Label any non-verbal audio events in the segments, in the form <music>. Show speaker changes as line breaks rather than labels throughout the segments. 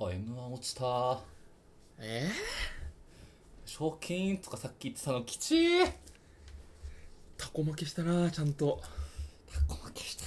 あ m 1落ちた
え
賞金とかさっき言ってたのきちー
タコ負けしたなちゃんと
タコ負けした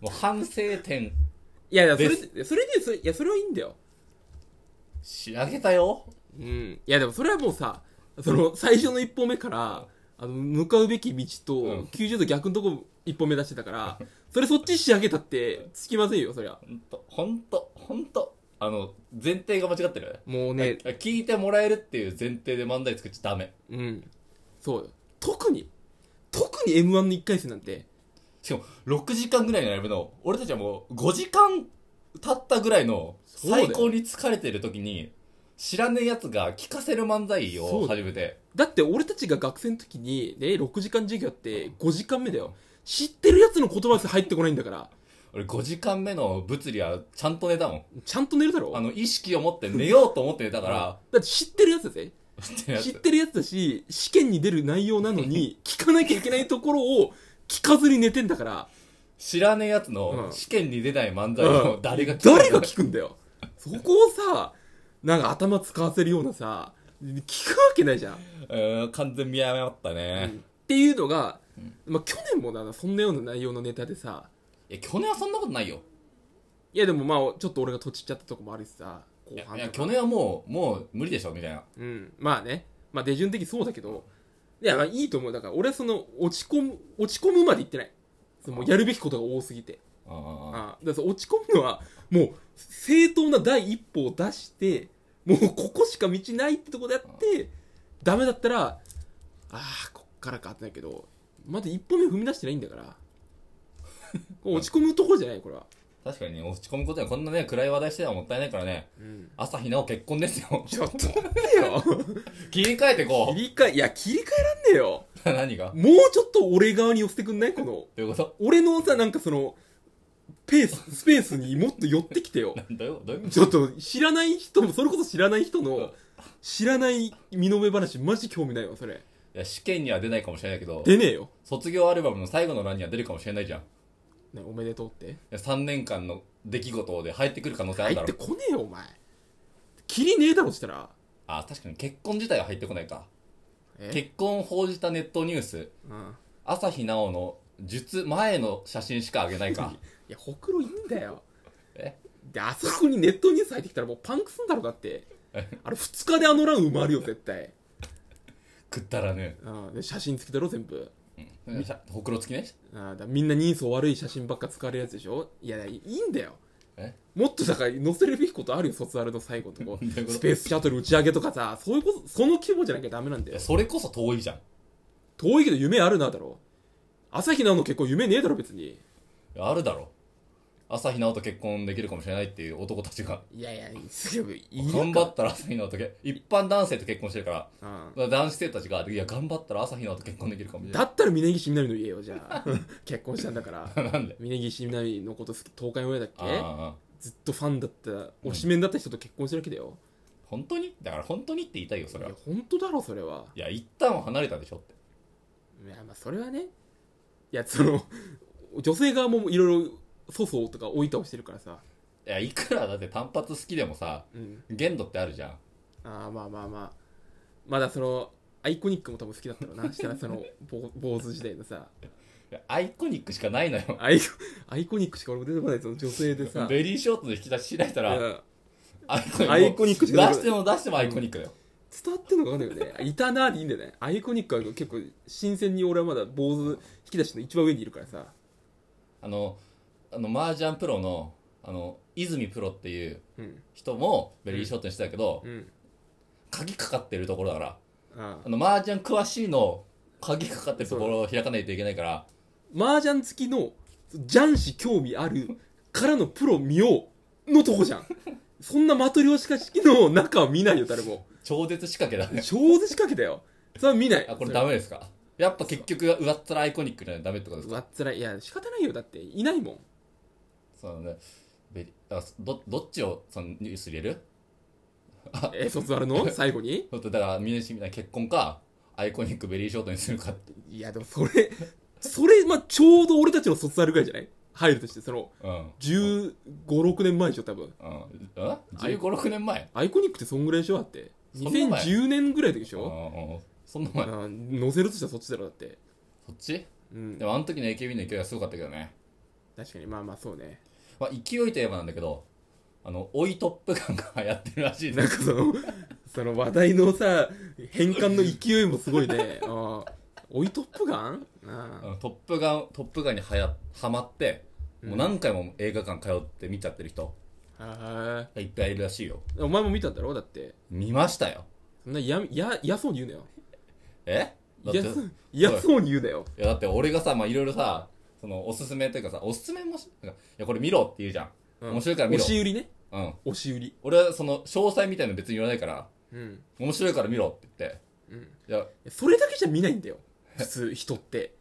もう反省点
いやいやそれ
で
それでそれいやそれはいいんだよ
仕上げたよ
うんいやでもそれはもうさその最初の一歩目からあの向かうべき
う
道
ん
と90度逆のとこ一歩目出してたからそれそっち仕上げたってつきませんよそりゃ
ほんとほんとほんとあの前提が間違ってる
もうね
あ聞いてもらえるっていう前提で漫才作っちゃダメ
うんそうよ特に特に m 1の1回戦なんて
しかも6時間ぐらいのライブの俺たちはもう5時間経ったぐらいの
そうだよ
最高に疲れてる時に知らねえやつが聞かせる漫才
そ
を
うだ
始めて
だって俺たちが学生の時に、ね、6時間授業あって5時間目だよ知ってるやつの言葉すら入ってこないんだから
俺5時間目の物理はちゃんと寝たもん
ちゃんと寝るだろ
あの意識を持って寝ようと思って寝た
だ
から
だって知ってるやつだぜ
って <laughs> や
知っ
つ
てるやつだし試験に出る内容なの
<laughs>
に聞かなきゃいけないところを聞かずに寝てんだから
知らねえやつ
う
の
ん
試験に出ない漫才を誰が聞く
誰が聞くんだよそこをさなんか頭使わせるようなさ聞くわけないじゃん、
うーん完全見誤ったね、
っていうのが、まあ、去年もなそんなような内容のネタでさ
いや去年はそんなことないよ
いやでもまあちょっと俺がとちっちゃったとこもあるしさ後
いや
半とか
いや去年はもうもう無理でしょみたいな
うん、まあね、まあ、手順的そうだけど、いや、まあいいと思う。だから、俺はその、落ち込む、落ち込むまで言ってない。そのもうやるべきことが多すぎて。
ああ
ああだからその落ち込むのは、もう、正当な第一歩を出して、もう、ここしか道ないってとこでやって、ダメだったら、ああ、こっからかってなるけど、まだ一歩目踏み出してないんだから。こう落ち込むところじゃない、これは。
確かにね落ち込むことにはこんなね暗い話題してたらもったいないからね
うん。
朝日奈央結婚ですよ
ちょっと待ってよ。
<laughs> 切り替えてこ
切り替え、いや、切り替えらんねえよ。
う <laughs> 何が
もうちょっと俺側に寄せてくんないこの、
どういうこと <laughs>
俺のさ、なんかその、ペース、スペースにもっと寄ってきてよ。
どういうどういうこ
ちょっと、知らない人も、それこそ知らない人の、知らない身の上話、マジ興味ないわ、それ。
といや試験には出ないかもしれないけど
出ねえよ。
卒業アルバムの最後の欄には出るかもしれないじゃんい
ね、おめでとうって。
や3年間の出来事で入ってくる可能性あ
入
るだ
っ
ろ
てこねえよ、お前。切りねえだろ、したら。
あ確かに結婚自体は入ってこないか
え
結婚を報じたネットニュース
うん。
朝日奈央の術前の写真しかあげない <laughs> か
いや、ほくろいいんだよ。
え
で、あそこにネットニュース入ってきたらもうパンクすんだろ、だって。あれ、二日であの欄埋まるよ、絶対。
食ったらね、
うん。で写真付きだろ、全部。
うん、しゃほくろつきね
あーだみんな人相悪い写真ばっか使われるやつでしょいやいいいんだよ
え
もっとだから載せるべきことあるよ卒アルの最後のとこ
<laughs> どういうこと
スペースシャトル打ち上げとかさそういうことその規模じゃなきゃダメなん
い
だよ
やそれこそ遠いじゃん
遠いけど夢あるなだろ朝日なの結構夢ねえだろ別に
いやあるだろ朝日奈央と結婚できるかもしれないっていう男たちが
いやいやすぐいい
頑張ったら朝日奈央とけ一般男性と結婚してるから
うん
だから男子生たちがいや頑張ったら朝日奈央と結婚できるかもしれ
だったら峯岸みなみの家よじゃあ <laughs> 結婚したんだから
<laughs> ないなんで
峯岸みなみのこと好き東海オンエアだっ
あ
け
あ
ずっとファンだった推しメンだった人と結婚してるわけだよ、
本当にだから本当にって言いたいよそれはい
や本当だろそれはい
や一旦は離れたでしょって
いやまあそれはねいやその <laughs> 女性側もいろいろ粗相とか追い倒してるからさ
いやいくらだって単発好きでもさ
うん
限度ってあるじゃん
ああまあまあまあまだそのアイコニックも多分好きだったろう <laughs> なしたらそのぼ坊主時代のさ
いやアイコニックしかないのよ
アイコアイコニックしか俺も出てこないその女性でさ
ベリーショートの引き出し開いた
いや
らアイコニック
アイコニックしかない
出しても出してもアイコニックだよ
伝わってんのか分かんないよねいたなーでいいんだよねアイコニックは結構新鮮に俺はまだ坊主引き出しの一番上にいるからさ
あのあの麻雀プロのあの泉プロっていう
うん
人もベリーショートにしてたけど、
うん
鍵かかってるところだから
あ
あの麻雀詳しいの鍵かかってるところを開かないといけないから
麻雀付きのジャン氏興味あるからのプロ見ようのとこじゃんそんなマトリョーシカ式の中は見ないよ誰も
超絶仕掛けだね
超絶仕掛けだよそれは見ない
あこれダメですかやっぱ結局上っ面アイコニックじゃないとダメってことですか
それはうわっつらいいや仕方ないよだっていないもん
そうねベリあどどっちをそのニュース入れる
え卒アルの最後に
だから峰岸みたいな結婚かアイコニックベリーショートにするかって
いやでもそれそれまあちょうど俺たちの卒アルぐらいじゃない入るとしてその
うん。
1 5六6年前でしょ多分
うん。え ?15、6年前
アイコニックってそんぐらいでしょだって
そんな前
2010年ぐらいでし
うん
ょ
うんそんな
あ
前。
ー載せるとしたらそっちだろだって
そっち
うん
でもあの時の AKB の勢いはすごかったけどね。
確かにまあまあそうね
まあ、勢いといえばなんだけど、あの、追いトップ感が流行ってるらしい
なん
ね。
かそのその話題のさ変換の勢いもすごいねああおいトップガンあ
あ
あ
のトップガン、トップガンにはや、はまって、もう
うん
何回も映画館通って見ちゃってる人
へ
がいっぱいいるらしいよ。
えお前も見たんだろだって
見ましたよ。
そんなやややそうに言うなよ
えだって
やそうやそうに言うなよ
いやだって俺がさ、まあ、いろいろさ、その、おすすめというかさ、おすすめもし、なんかいや、これ見ろって言うじゃん。
うん
面白いから見
押
ろ。
し売りね
うん。
押し売り
俺はその、詳細みたいなの別に言わないから、
うん
面白いから見ろって言って。
うん
いや、
それだけじゃ見ないんだよ普通人って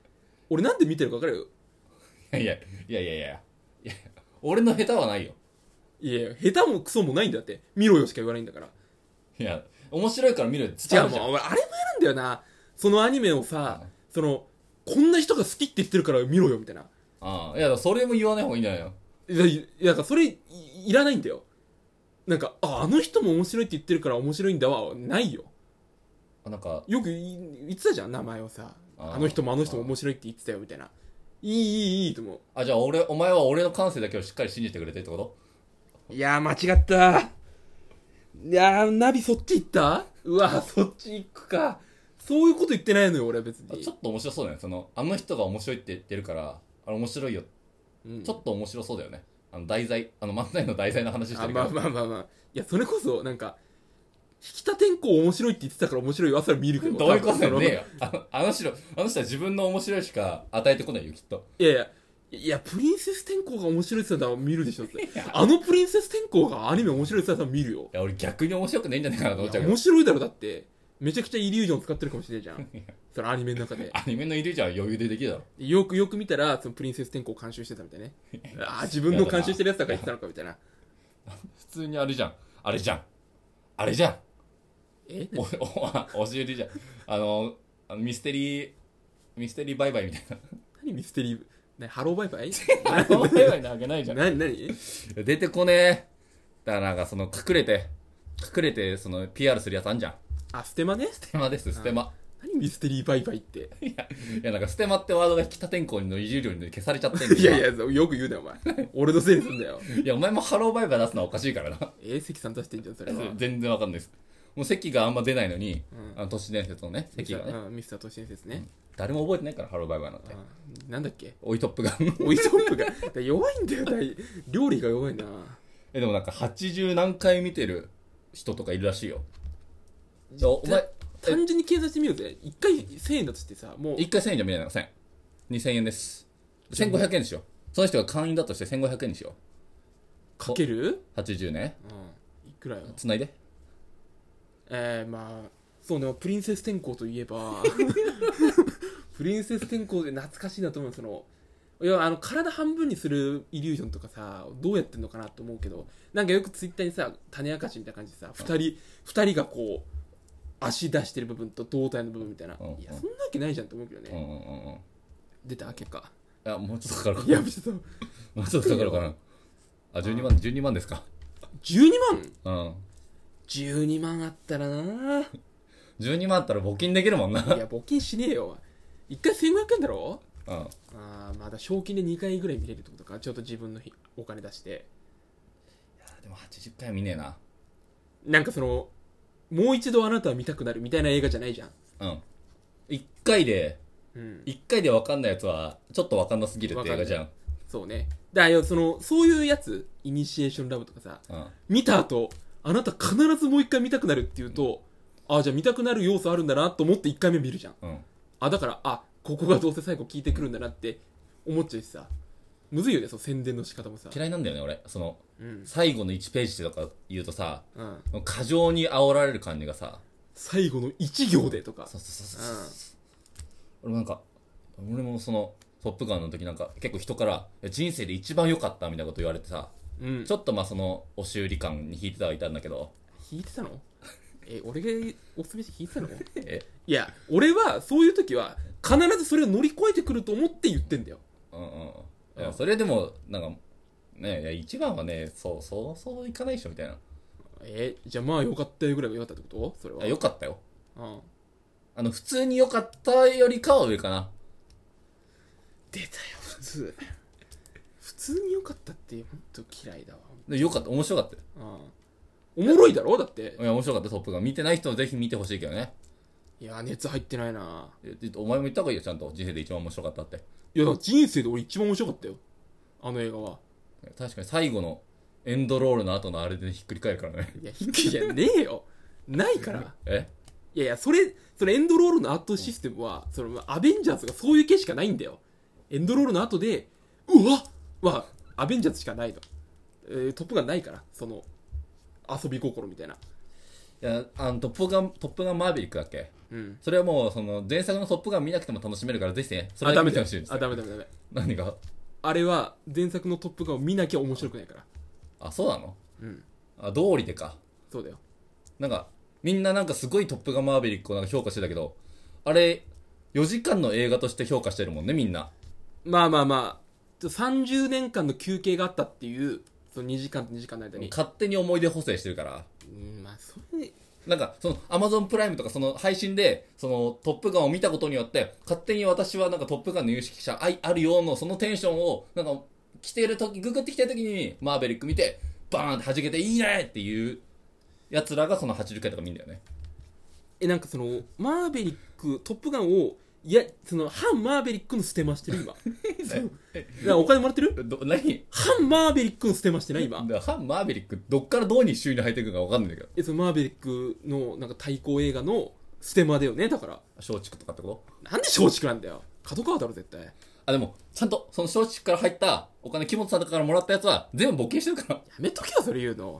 俺なんで見てるか分かるよ
いや、いやいやいやいや。いや俺の下手はないよ。
いやいや下手もクソもないんだって見ろよしか言わないんだから
いや、面白いから見るって
違
伝
う
わるじゃん
もう俺あれもやるんだよなそのアニメをさ、
うん
そのこんな人が好きって言ってるから見ろよみたいな
うん。いや、それも言わない方がいいんじゃないの
いやいいやだからそれいいらないんだよなんかああの人も面白いって言ってるから面白いんだわないよ
あなんか、
よくい言ってたじゃん名前をさ
あー
あの人もあの人も面白いって言ってたよみたいないいいいいいと思
あ、じゃあ俺、お前は俺の感性だけをしっかり信じてくれてってこと
ういやー間違ったいやーナビそっち行ったうわーそっち行くかそういうこと言ってないのよ俺は別
あ
に
ちょっと面白そうだよね。その、あの人が面白いって言ってるから、あれ面白いよ。
うん
ちょっと面白そうだよね。あの、題材、あの、漫才の題材の話して
あ
るけど。
まあまあまあまあいやそれこそなんか引田天功面白いって言ってたから面白いよ朝見るけど
どういうことだ
多
よ
分
ねえよ。あのあの人、あの人は自分の面白いしか与えてこないよ、きっと。
いやいやいやプリンセス天功が面白いって言ってたら見るでしょってあのプリンセス天功がアニメ面白いって言ってたら見るよ
いや、俺逆に面白くないんじゃないかなと思っちゃうけど
面。白いだろだってめちゃくちゃイリュージョン使ってるかもしれないじゃんそのアニメの中で
アニメのイリュージョンは余裕でできるだろ。
よくよく見たらそのプリンセス天功を監修してたみたいねああ自分の監修してるやつだから言ってたのかみたいな
普通にあれじゃん。あれじゃん。あれじゃん。
え
お、お、お <laughs> し売りじゃん。あの、あのミステリー、ミステリーバイバイみたいな。
何ミステリーなハローバイバイ
あのバイバイなわけない
<laughs>
じゃん。
何何
<laughs> 出てこねえ。だからなんかその隠れて、隠れてその PR するやつあんじゃん。
あステマね
ステマです、ステマ。
何ミステリーバイバイって
いや、いやなんかステマってワードが北天候の移住量に消されちゃってんだよ
いやいや、よく言うなよ、お前。俺のせいにすんだよ。
いや、お前もハローバイバイ出すのはおかしいからな。
えー、関さん出してんじゃん、それは。
全然わかんないです。もう席があんま出ないのに、あの都市伝説のね、席がね、
うんミスター都市伝説ね。
誰も覚えてないから、ハローバイバイなんて。
うんなんだっけ
おいトップガン。
オイトップが。だから弱いんだよ、だい料理が弱いな。
<laughs> え、でもなんか80何回見てる人とかいるらしいよ。じゃあお
た
前、
単純に計算してみようぜ。一回1000円だとしてさ、もう、
1回1000円じゃ見れないの ?1000。2000円です。1500円でしよう。その人が会員だとして1500円にしよ
かける
う。80ね。
うん。いくらよ。
つないで。
えー、まあ、そうね、プリンセス天候といえ <laughs> ば、プリンセス天候で懐かしいなと思う、その、いや、あの、体半分にするイリュージョンとかさ、どうやってんのかなと思うけど、なんかよくツイッターにさ、種明かしみたいな感じでさ、二人、二人がこう、足出してる部分と胴体の部分みたいな。
うんうん
いや、そんなわけないじゃんと思うけど
うんう
ね。
んうんうん。い
出た結果。
や、もうちょっとかかるか
いや、別にそう
もうちょっとかかるかな。あ、12万、12万ですか。
12万
うん。
?12 万あったらない
12万あったら募金できるもんな。
や、募金しねえよ。一回1500円だろ
うん。
あーまだ賞金で2回ぐらい見れるってことかちょっと自分のひお金出して
でも80回は見ねえな。
なんかそのもう一度あなたは見たくなるみたいな映画じゃないじゃん
うん。1回で、
うん
一回で分かんないやつは、ちょっと分かんなすぎるって映画じゃん。
そうねだからよそのそういうやつイニシエーションラブとかさ
うん。
見た後あなた必ずもう一回見たくなるっていうと、ああじゃあ見たくなる要素あるんだなと思って1回目見るじゃん
うん。
あだからあここがどうせ最後聞いてくるんだなって思っちゃうしさむずいよねその宣伝の仕方もさ
嫌いなんだよね、俺。その、
うん、
最後の1ページとか言うとさ、
うん、
過剰に煽られる感じがさ、
最後の1行でとか
そうそうそうそう。俺もなんか、俺もその、トップガンの時なんか、結構人から、いや人生で一番良かったみたいなこと言われてさ、
うん、うん
ち、ょっとまあその、押し売り感に引いてたはいたんだけ
<laughs>
ど、
弾いてたのえ俺がおすすめして弾いてたの
え、
いや俺はそういう時は必ずそれを乗り越えてくると思って言ってんだよ
うんうん。いやそれでもなんかねいや一番はねそうそうそういかないでしょみたいな
えじゃあまあよかったよぐらいがよかったってことそれは
あよかったよ
うん
あの普通に良かったよりかは上かな
出たよ普通普通に良かったって本当嫌いだわ
で良かった面白かったよ
うんおもろいだろだって
いや面白かったトップガン見てない人もぜひ見てほしいけどね
いや熱入ってないな
えちょっとお前も言った方がいいよちゃんと人生で一番面白かったって
いやだから人生で俺一番面白かったよあの映画は
確かに最後のエンドロールの後のあれでひっくり返るからね <laughs>
いやひっくりじゃねえよないから
え
いやいやそれそれエンドロールの後システムは、そのアベンジャーズがそういう系しかないんだよエンドロールの後でうわはアベンジャーズしかないと、えートップがないからその遊び心みたいない
やあのトップガントップガンマーヴェリックだっけ
うん
それはもうその前作のトップガン見なくても楽しめるからぜひねそれは
あダ
見
メ
てほ
だよ
しいです
あダメダメダメ
何が
あれは前作のトップガンを見なきゃ面白くないから
あそうなの
うん
あ道理でか
そうだよ
なんかみんななんかすごいトップガンマーヴェリックをなんか評価してたけどあれ4時間の映画として評価してるもんねみんな
まあまあまあちょ30年間の休憩があったっていうその2時間と2時間の間に
勝手に思い出補正してるから
うんまあそれ
なんか、その、アマゾンプライムとか、その配信で、その、トップガンを見たことによって、勝手に私はなんかトップガンの有識者あいあるようの、そのテンションを、なんか、来てる時ググってきてる時に、マーベリック見て、バーンって弾けて、いいねっていう、奴らがその80回とか見るんだよね。
えなんかそのマーベリック「トップガン」をいやその反マーベリックの捨てましてる今なんかお金もらってる
ど、何
反マーベリックの捨てましてない今
だ反マーベリック、どっからどうに収入入ってくるかわかんないんだけど。
えそのマーベリックのなんか対抗映画のステマだよねだから
松竹とかってこと
なんで松竹なんだよ角川だろ絶対や
あ、でも、ちゃんと、その松竹から入ったお金、木本さんとかからもらったやつは、全部募金してるから。
めとけよそれ言うの